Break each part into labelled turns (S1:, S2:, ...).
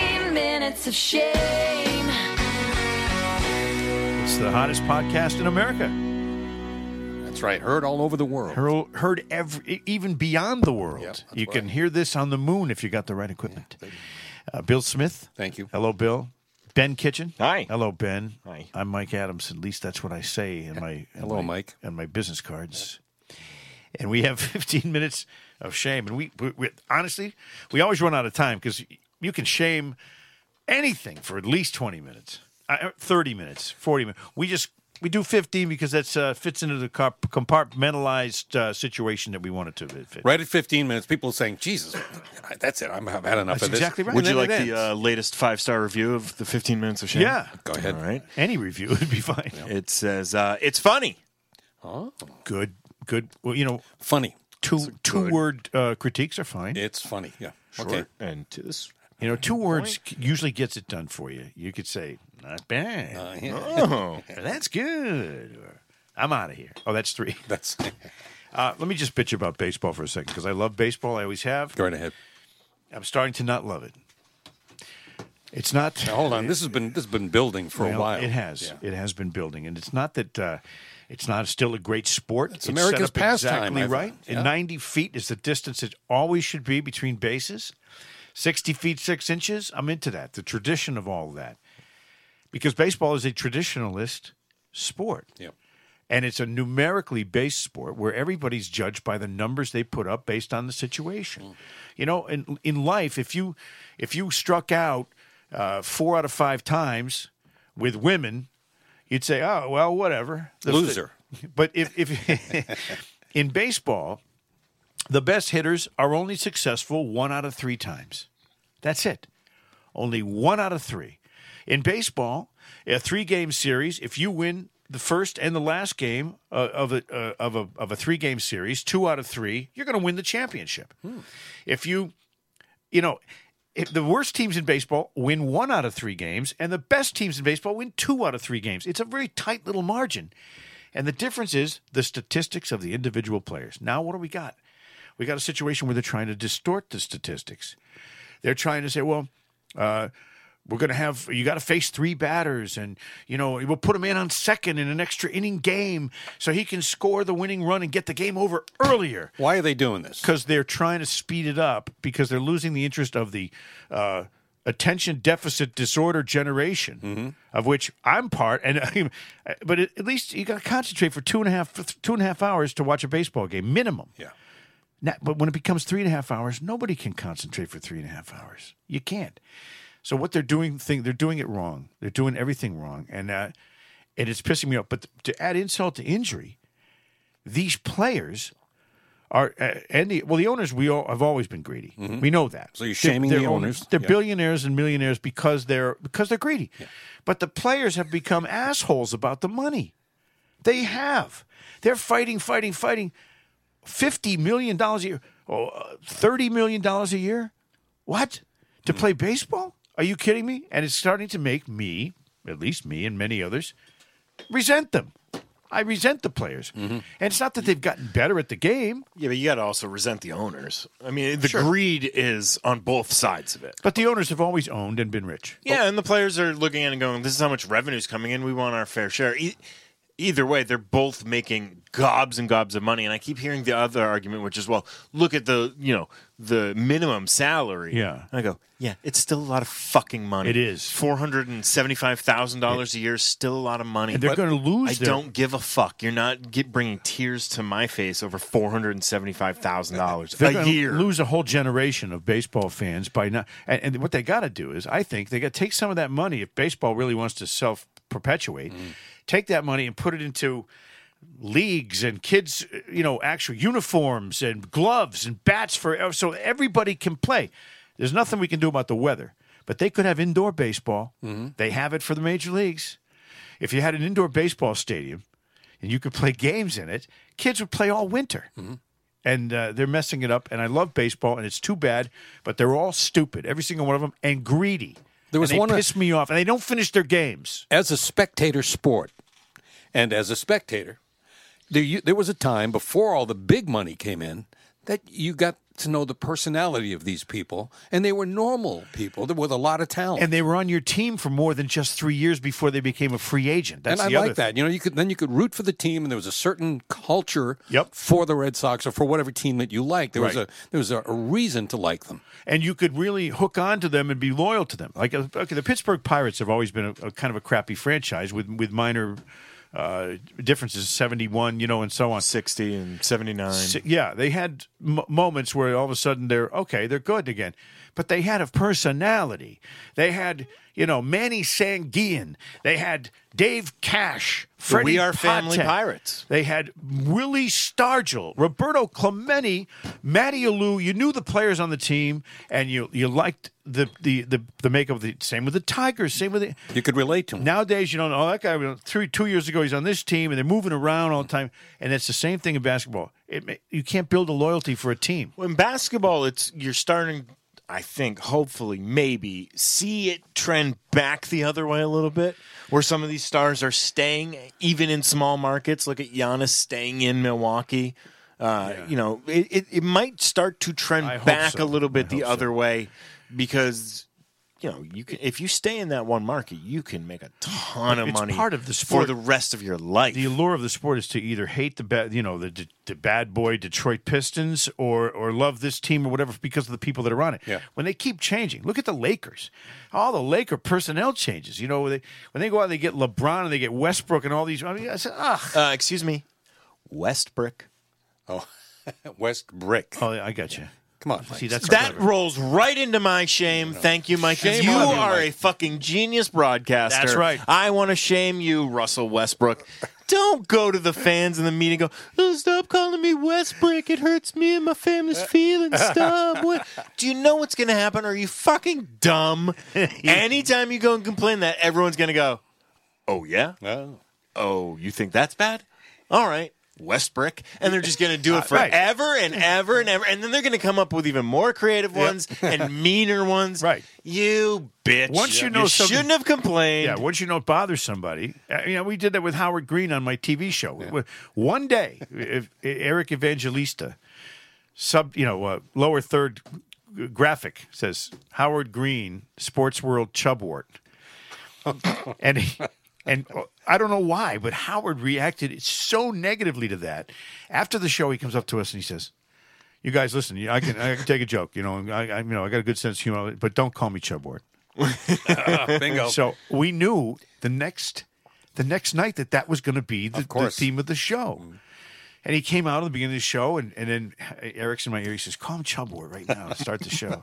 S1: sense of shame.
S2: It's the hottest podcast in America.
S3: That's right. Heard all over the world.
S2: Heard, heard every, e, even beyond the world.
S3: Yeah, that's
S2: you
S3: right.
S2: can hear this on the moon if you got the right equipment.
S3: Thank you.
S2: Uh, Bill Smith.
S3: Thank you.
S2: Hello, Bill. Ben Kitchen.
S4: Hi.
S2: Hello, Ben.
S4: Hi.
S2: I'm Mike Adams. At least that's what I say in my in
S3: Hello,
S2: my-
S3: Mike.
S2: on my business cards. And we have 15 minutes of shame. And we, we, we honestly, we always run out of time because you can shame anything for at least 20 minutes, uh, 30 minutes, 40 minutes. We just we do 15 because that's uh, fits into the comp- compartmentalized uh, situation that we want it to fit.
S3: Right at 15 minutes, people saying, Jesus, I- that's it. I'm, I've had enough
S2: That's
S3: of this.
S2: exactly right.
S4: Would
S2: And
S4: you
S2: then
S4: like
S2: it
S4: the uh,
S2: ends.
S4: latest five star review of the 15 minutes of shame?
S2: Yeah.
S3: Go ahead.
S4: All right.
S2: Any review would be fine.
S4: It says, uh, it's funny.
S3: Oh,
S2: Good, good. Well, you know,
S3: funny.
S2: two two word uh, critiques are fine.
S3: It's funny. Yeah. Okay.
S4: And to this.
S2: You know, two words c- usually gets it done for you. You could say, "Not bad,"
S3: Uh, yeah.
S4: Oh.
S2: or, "That's good," or "I'm out of here." Oh, that's three.
S3: That's
S2: Uh, let me just bitch about baseball for a second because I love baseball. I always have.
S3: go right ahead.
S2: I'm starting to not love it. It's not.
S3: Now, hold on. This has been this has been building for a
S2: Well,
S3: while.
S2: It has. It has been building, and it's not that uh, it's not still a great sport. It's, set
S3: America's
S2: up
S3: pastime,
S2: Exactly
S3: I've-
S2: right.
S3: yeah.
S2: And ninety feet is the distance it always should be between bases. Sixty feet six inches. I'm into that. The tradition of all that, because baseball is a traditionalist sport.
S3: Yep.
S2: And it's a numerically based sport where everybody's judged by the numbers they put up based on the situation. You know, in in life, if you if you struck out uh, four out of five times with women, you'd say, "Oh well, whatever, The-
S3: Loser.
S2: But if if in baseball, the best hitters are only successful one out of three times. That's it. Only one out of three. In baseball, a three-game series, if you win the first and the last game uh, of a uh, of a of a three-game series, two out of three, you're going to win the championship. If you, you know. If the worst teams in baseball win one out of three games, and the best teams in baseball win two out of three games. It's a very tight little margin. And the difference is the statistics of the individual players. Now, what do we got? We got a situation where they're trying to distort the statistics. They're trying to say, well, uh, we're going to have, you got to face three batters, and, you know, we'll put him in on second in an extra inning game so he can score the winning run and get the game over earlier
S3: Why are they doing this?
S2: because they're trying to speed it up because they're losing the interest of the uh, attention deficit disorder generation, of which I'm part. And but at at least you got to concentrate for two and a half two and a half hours to watch a baseball game minimum.
S3: Yeah.
S2: Now, but when it becomes three and a half hours, nobody can concentrate for three and a half hours. You can't. So what they're doing, thing they're doing it wrong. They're doing everything wrong, and uh, and it's pissing me off. But to add insult to injury, these players are uh, and the well, the owners we all have always been greedy. We know that.
S3: Mm-hmm. So you're shaming
S2: They're-
S3: the
S2: they're
S3: owners.
S2: They're
S3: Yeah.
S2: billionaires and millionaires because they're because they're greedy. But the players have become assholes about the money. They have. They're fighting, fighting, fighting. $50 million a year, oh, uh, $30 million a year? What? To
S3: Mm-hmm.
S2: play baseball? Are you kidding me? And it's starting to make me, at least me and many others, resent them. I resent the players.
S4: Mm-hmm.
S2: And it's not that they've gotten better at the game,
S4: Yeah, but you got to also resent the owners. I mean, the greed is on both sides of it.
S2: but the owners have always owned and been rich.
S4: Yeah, and the players are looking at it and going, "This is how much revenue's coming in. We want our fair share." E- either way, they're both making gobs and gobs of money. And I keep hearing the other argument, which is, "Well, look at the you know the minimum salary."
S2: Yeah.
S4: and I go, "Yeah, it's still a lot of fucking money.
S2: It is.
S4: four hundred and seventy-five thousand dollars a year. is Still a lot of money.
S2: And they're
S4: But
S2: gonna lose
S4: I
S2: their-
S4: don't give a fuck. You're not get, bringing tears to my face over four hundred and seventy-five thousand dollars
S2: They're
S4: a
S2: gonna
S4: year.
S2: lose a whole generation of baseball fans by not. And, and what they got to do is, I think they got to take some of that money if baseball really wants to self perpetuate.
S4: Mm.
S2: Take that money and put it into leagues and kids, you know, actual uniforms and gloves and bats for so everybody can play. There's nothing we can do about the weather, but they could have indoor baseball.
S3: Mm-hmm.
S2: They have it for the major leagues. If you had an indoor baseball stadium and you could play games in it, kids would play all winter
S3: Mm-hmm.
S2: and uh, they're messing it up. And I love baseball, and it's too bad. But they're all stupid, every single one of them, and greedy.
S3: There was
S2: and they
S3: one- uh,
S2: piss me off, and they don't finish their games.
S3: as a spectator sport and as a spectator there, you, there was a time before all the big money came in that you got to know the personality of these people, and they were normal people with a lot of talent.
S2: And they were on your team for more than just three years before they became a free agent. That's
S3: and I
S2: the other
S3: like that. You know, you could then you could root for the team, and there was a certain culture
S2: Yep.
S3: for the Red Sox or for whatever team that you liked. There was
S2: Right.
S3: a there was a, a reason to like them.
S2: and you could really hook on to them and be loyal to them. Like uh, okay, the Pittsburgh Pirates have always been a, a kind of a crappy franchise with with minor uh, differences, seventy one, you know, and so on.
S4: sixty and seventy nine.
S2: So, yeah, they had m- moments where all of a sudden they're okay, they're good again, but they had a personality. They had you know Manny Sanguian. They had Dave Cash. Freddie
S4: We Are Family
S2: Patek.
S4: Pirates.
S2: They had Willie Stargell, Roberto Clemente, Matty Alou. You knew the players on the team, and you you liked the the the, the makeup of the same with the Tigers, same with the
S3: You could relate to them.
S2: Nowadays, you don't know "Oh, that guy. was- Three, two years ago, he's on this team, and they're moving around all the time. And it's the same thing in basketball. It, ma- you can't build a loyalty for a team.
S4: in basketball, it's you're starting. I think, hopefully, maybe see it trend back the other way a little bit, where some of these stars are staying even in small markets. Look at Giannis staying in Milwaukee. Uh, You know, it, it, it might start to trend
S2: I hope
S4: back
S2: so.
S4: a little bit the
S2: hope so.
S4: other way because. You know, you can if you stay in that one market, you can make a ton of
S2: It's
S4: money.
S2: part of the
S4: for
S2: sport.
S4: the rest of your life.
S2: The allure of the sport is to either hate the bad, you know, the, the, bad boy Detroit Pistons, or or love this team or whatever because of the people that are on it.
S3: Yeah.
S2: When they keep changing, look at the Lakers. All the Laker personnel changes. You know, when they, when they go out, and they get LeBron and they get Westbrook and all these. I mean, I said, ah,
S4: uh, excuse me, Westbrook.
S3: Oh, West Brick.
S2: oh, I got you.
S3: Come on,
S2: See,
S3: Mike.
S2: that's
S4: That
S2: clever.
S4: rolls right into my shame. Thank you, Mike. 'cause
S3: Shame
S4: you
S3: on you,
S4: are
S3: Mike.
S4: a fucking genius broadcaster.
S2: That's right.
S4: I want to shame you, Russell Westbrook. Don't go to the fans in the meeting and go, oh, stop calling me Westbrook. It hurts me and my family's feelings. Stop. What? Do you know what's going to happen? Are you fucking dumb? Anytime you go and complain that, everyone's going to go, oh, yeah?
S3: Oh.
S4: Oh, you think that's bad? All right. Westbrook, and they're just going to do it
S2: Right.
S4: forever and ever and ever, and then they're going to come up with even more creative ones and meaner ones.
S2: Right.
S4: You bitch.
S2: Once you know
S4: you
S2: something-
S4: shouldn't have complained.
S2: Yeah, once you know it bothers somebody, uh, you know we did that with Howard Green on my TV show. W- One day, if, e, Eric Evangelista, sub, you know, uh, lower third g- graphic says Howard Green, Sports World Chubwort, and he, and uh, I don't know why, but Howard reacted so negatively to that. After the show, he comes up to us and he says. You guys, listen. I can I can take a joke. You know, I, I you know I got a good sense of humor, but don't call me Chubwort.
S3: bingo.
S2: So we knew the next the next night that that was going to be the, the
S3: course. Mm-hmm.
S2: theme of the show. And he came out at the beginning of the show, and, and then Eric's in my ear. He says, "Call him Chubwort right now and start the show."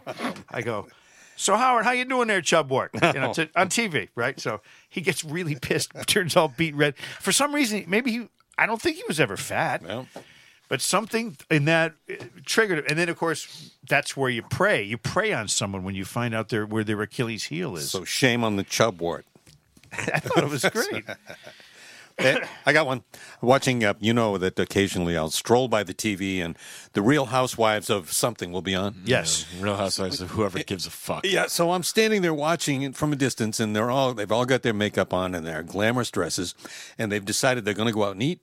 S2: I go, "So Howard, how you doing there, Chubwort? You know, t- on TV, right?" So he gets really pissed, turns all beat red. For some reason, maybe he. I don't think he was ever fat
S3: Well,
S2: but something in that uh, triggered it. And then, of course, that's where you prey. You prey on someone when you find out their, where their Achilles heel is.
S3: so shame on the Chubwort.
S2: I thought it was great.
S3: Eh, I got one. Watching, uh, you know that occasionally I'll stroll by the TV and the Real Housewives of something will be on.
S2: yes.
S4: Real Housewives of whoever gives a fuck.
S3: Yeah, so I'm standing there watching it from a distance, and they're all they've all got their makeup on and their glamorous dresses, and they've decided they're going to go out and eat.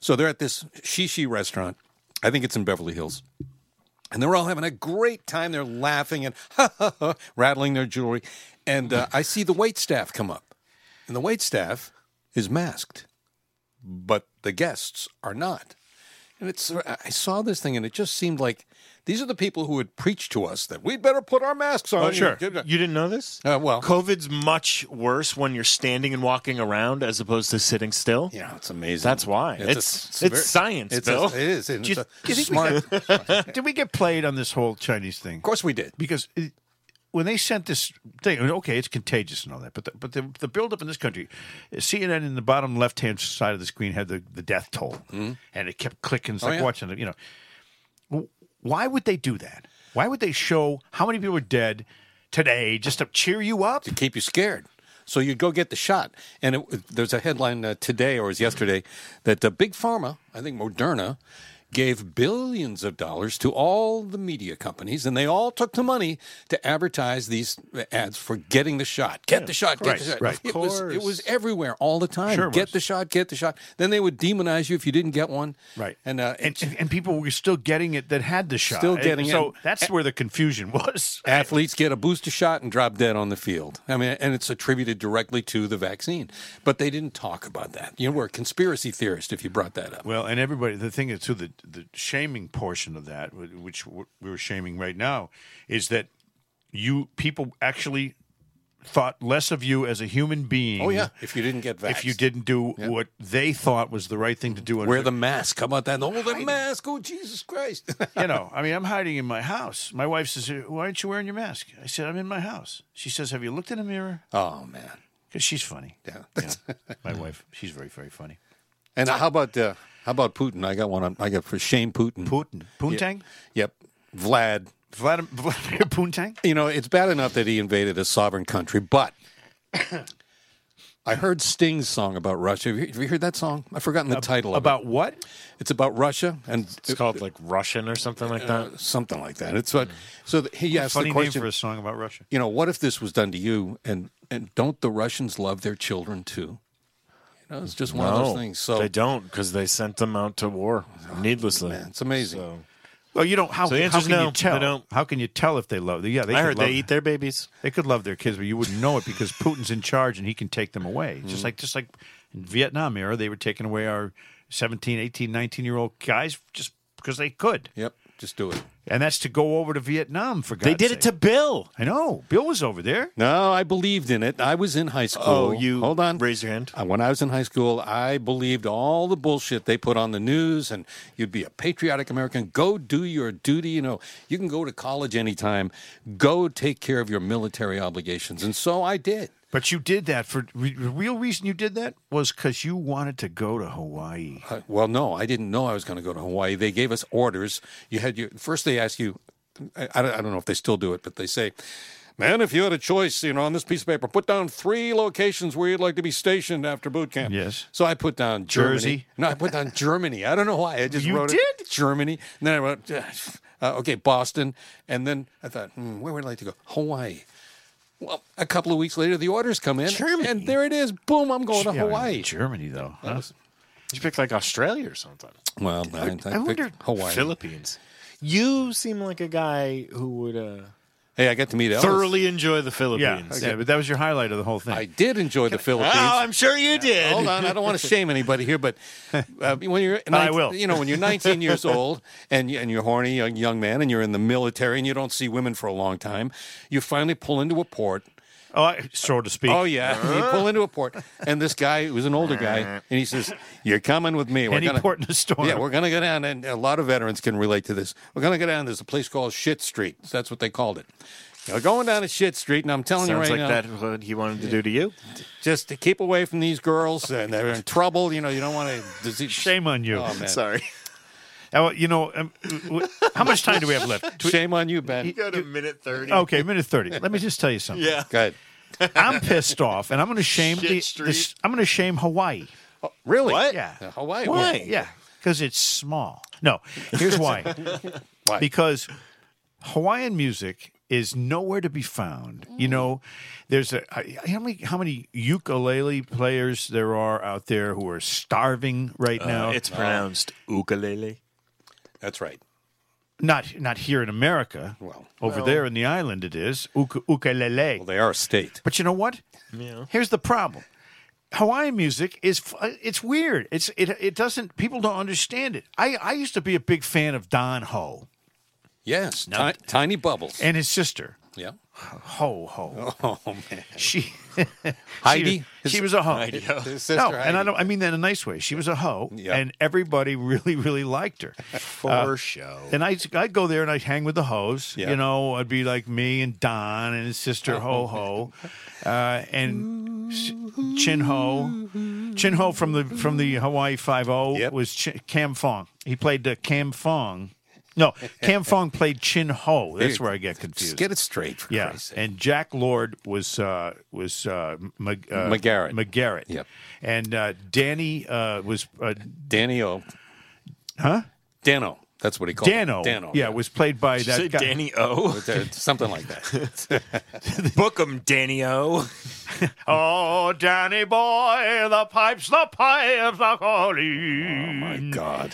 S3: So they're at this shishi restaurant. I think it's in Beverly Hills. And they're all having a great time. They're laughing and rattling their jewelry. And uh, I see the wait staff come up. And the wait staff is masked, but the guests are not. And it's I saw this thing and it just seemed like these are the people who would preach to us that we'd better put our masks on.
S4: You didn't know this?
S3: Uh, well-
S4: COVID's much worse when you're standing and walking around as opposed to sitting still.
S3: Yeah, it's amazing.
S4: That's why.
S3: It's a-
S4: It's it's,
S3: it's a very-
S4: science,
S3: It's
S4: Bill.
S3: a, it is. and
S2: Do you-
S3: it's a
S2: do you think we
S3: smart.
S2: could-
S3: of
S2: Did we get played on this whole Chinese thing?
S3: course, we did.
S2: Because it, when they sent this thing, I mean, okay, it's contagious and all that, but the, but the, the buildup in this country, CNN in the bottom left hand side of the screen had the, the death toll, and it kept clicking. It's like
S3: Mm-hmm. Oh, yeah.
S2: watching it, you know. W- Why would they do that? Why would they show how many people are dead today just to cheer you up?
S3: to keep you scared. So you'd go get the shot. And it, there's a headline uh, today or it was yesterday that uh, Big Pharma, I think Moderna, gave billions of dollars to all the media companies, and they all took the money to advertise these uh, ads for getting the shot. Get the shot, get
S2: Right,
S3: the shot.
S2: right.
S3: It, was, it
S4: course.
S3: was everywhere all the time.
S2: Sure
S3: get
S2: was.
S3: the shot, get the shot. Then they would demonize you if you didn't get one.
S2: Right.
S3: And, uh,
S2: and and people were still getting it that had the shot.
S3: Still
S2: And
S3: getting it.
S2: so that's where the confusion was.
S3: athletes get a booster shot and drop dead on the field. I mean, and it's attributed directly to the vaccine. But they didn't talk about that. You were a conspiracy theorist if you brought that up.
S2: Well, and everybody, the thing is, too, the, the shaming portion of that, wh- which w- we were shaming right now, is that you people actually thought less of you as a human being.
S3: Oh yeah, if you didn't get vaxxed.
S2: If you didn't do what they thought was the right thing to do, and
S3: wear the mask. How about that? Oh, the mask. Oh, Jesus Christ.
S2: you know, I mean, I'm hiding in my house. My wife says, "Why aren't you wearing your mask?" I said, "I'm in my house." She says, "Have you looked in a mirror?"
S3: oh man.
S2: Because she's funny.
S3: Yeah.
S2: My wife, she's very, very funny.
S3: and how about uh, how about Putin? I got one. On, I got for Shane Putin.
S2: Putin, Poontang,
S3: Yep. Vlad.
S2: Vladimir, Vladimir Poontang.
S3: You know, it's bad enough that he invaded a sovereign country, but I heard Sting's song about Russia. Have you, have you heard that song? I've forgotten the title. of it.
S2: About what?
S3: It's about Russia and
S4: It's called like Russian or something like that.
S3: something like that. It's what. So th- he asked
S2: Funny
S3: the
S2: name
S3: question.
S2: for a song about Russia.
S3: you know, what if this was done to you? And and don't the Russians love their children too? You know, it's just one of those things. So Oh,
S4: they don't because they sent them out to war needlessly.
S3: it's amazing.
S4: So-
S2: Well, you don't. How,
S4: the
S2: how
S4: answer's
S2: can you
S4: no,
S2: tell?
S4: they don't.
S2: How can you tell if they love? Yeah, they.
S4: I
S2: could
S4: heard
S2: love,
S4: they eat their babies.
S2: They could love their kids, but you wouldn't know it because Putin's in charge and he can take them away.
S4: Mm-hmm.
S2: Just like just like in Vietnam era, they were taking away our 17, 18, 19 year old guys just because they could.
S3: Yep, just do it.
S2: And that's to go over to Vietnam for God's
S4: They did it to
S2: sake.
S4: Bill.
S2: I know. Bill was over there.
S3: No, I believed in it. I was in high school.
S4: Oh, you
S3: hold on.
S4: raise your hand.
S3: Uh, When I was in high school, I believed all the bullshit they put on the news, and you'd be a patriotic American. Go do your duty. You know, you can go to college anytime. Go take care of your military obligations, and so I did.
S2: But you did that for re- the real reason you did that was because you wanted to go to Hawaii.
S3: Uh, well, no, I didn't know I was going to go to Hawaii. They gave us orders. You had your first. They ask you. I, I don't I don't know if they still do it, but they say, "Man, if you had a choice, you know, on this piece of paper, put down three locations where you'd like to be stationed after boot camp."
S2: Yes.
S3: So I put down Germany.
S2: Jersey.
S3: No, I put down Germany. I don't know why. I just
S2: You
S3: wrote
S2: did?
S3: it Germany. And then I wrote, uh, okay, Boston. And then I thought, hmm, where would I like to go? Hawaii. Well, a couple of weeks later, the orders come in,
S4: Germany.
S3: and there it is. Boom! I'm going to
S2: Yeah,
S3: Hawaii.
S2: Germany, though. huh?
S4: You picked like Australia or something.
S3: Well, I, I, picked
S2: wonder-
S3: Hawaii.
S4: Philippines. You seem like a guy who would uh,
S3: Hey, I got to meet Ellis.
S4: thoroughly enjoy the
S2: Yeah,
S4: Philippines.
S2: yeah, but that was your highlight of the whole thing.
S3: I did enjoy the Philippines.
S4: Oh, I'm sure you did.
S3: Hold on, I don't want to shame anybody here, but uh, when you're,
S2: I will.
S3: You know, when you're 19 years old and you, and you're horny young, young man and you're in the military and you don't see women for a long time, you finally pull into a port.
S2: oh, I- so to speak.
S3: Oh yeah, you pull into a port, and this guy who was an older guy, and he says, "You're coming with me." We're
S2: Any
S3: gonna-
S2: port in a storm.
S3: Yeah, we're going to go down, and a lot of veterans can relate to this. We're going to go down. There's a place called Shit Street. That's what they called it. You're going down to Shit Street, and I'm telling you
S4: Sounds
S3: right
S4: like
S3: now,
S4: that what he wanted to do to you.
S3: just to keep away from these girls and they're in trouble. You know, you don't want to. Disease.
S2: Shame on you.
S3: Oh, man.
S4: Sorry.
S2: Oh, you know, um, w- w- how much time do we have left? Tw-
S3: Shame on you, Ben.
S4: got a minute 30.
S2: Okay, minute thirty. Let me just tell you something.
S4: Yeah.
S3: Good.
S2: I'm pissed off, and I'm going to shame
S4: Shit
S2: the,
S4: street.
S2: the. I'm going to shame Hawaii.
S3: Really?
S4: What?
S2: Yeah.
S3: Uh, Hawaii.
S4: Why?
S2: Yeah, because it's small. No, here's why.
S3: Why?
S2: Because Hawaiian music is nowhere to be found. You
S3: Mm.
S2: know, there's a I- how many how many ukulele players there are out there who are starving
S3: Uh,
S2: right now.
S4: It's pronounced ukulele.
S3: That's right.
S2: not not here in America.
S3: Well.
S2: over there in the island, it is Uk- ukulele.
S3: Well, they are a state.
S2: But you know what?
S4: Yeah.
S2: Here's the problem. Hawaiian music is f- it's weird. It's it it doesn't people don't understand it. I I used to be a big fan of Don Ho
S3: Yes. ti- tiny bubbles.
S2: and his sister
S3: yeah.
S2: Ho Ho.
S3: Oh man.
S2: She
S3: Heidi.
S2: She, she was a hoe.
S3: His sister.
S2: No,
S3: Heidi.
S2: and I don't I mean that in a nice way. She was a hoe
S3: Yeah.
S2: and everybody really really liked her.
S4: For
S3: uh,
S4: show.
S2: And I I'd go there and I'd hang with the hoes.
S3: Yeah.
S2: You know, I'd be like me and Don and his sister Ho Ho, uh, and S- Chin Ho, Chin Ho from the from the Hawaii Five O
S3: Yep.
S2: was Ch- Cam Fong. He played uh, Cam Fong. No, Cam Fong played Chin Ho. That's where I get
S3: Just
S2: confused.
S3: get it straight. For
S2: yeah,
S3: Christ's sake.
S2: and Jack Lord was uh, was uh, Mag- uh,
S3: McGarrett.
S2: McGarrett.
S3: Yep.
S2: And uh, Danny uh, was uh,
S3: Danny O. Huh? Dano. That's what he called
S2: Dano,
S3: Him. Dano.
S2: yeah, was played by
S4: Did you say
S2: that guy.
S4: Danny O.
S3: Something like that.
S4: Book him, Danny O.
S2: Oh, Danny boy, the pipes, the pipes, the calling.
S3: My God.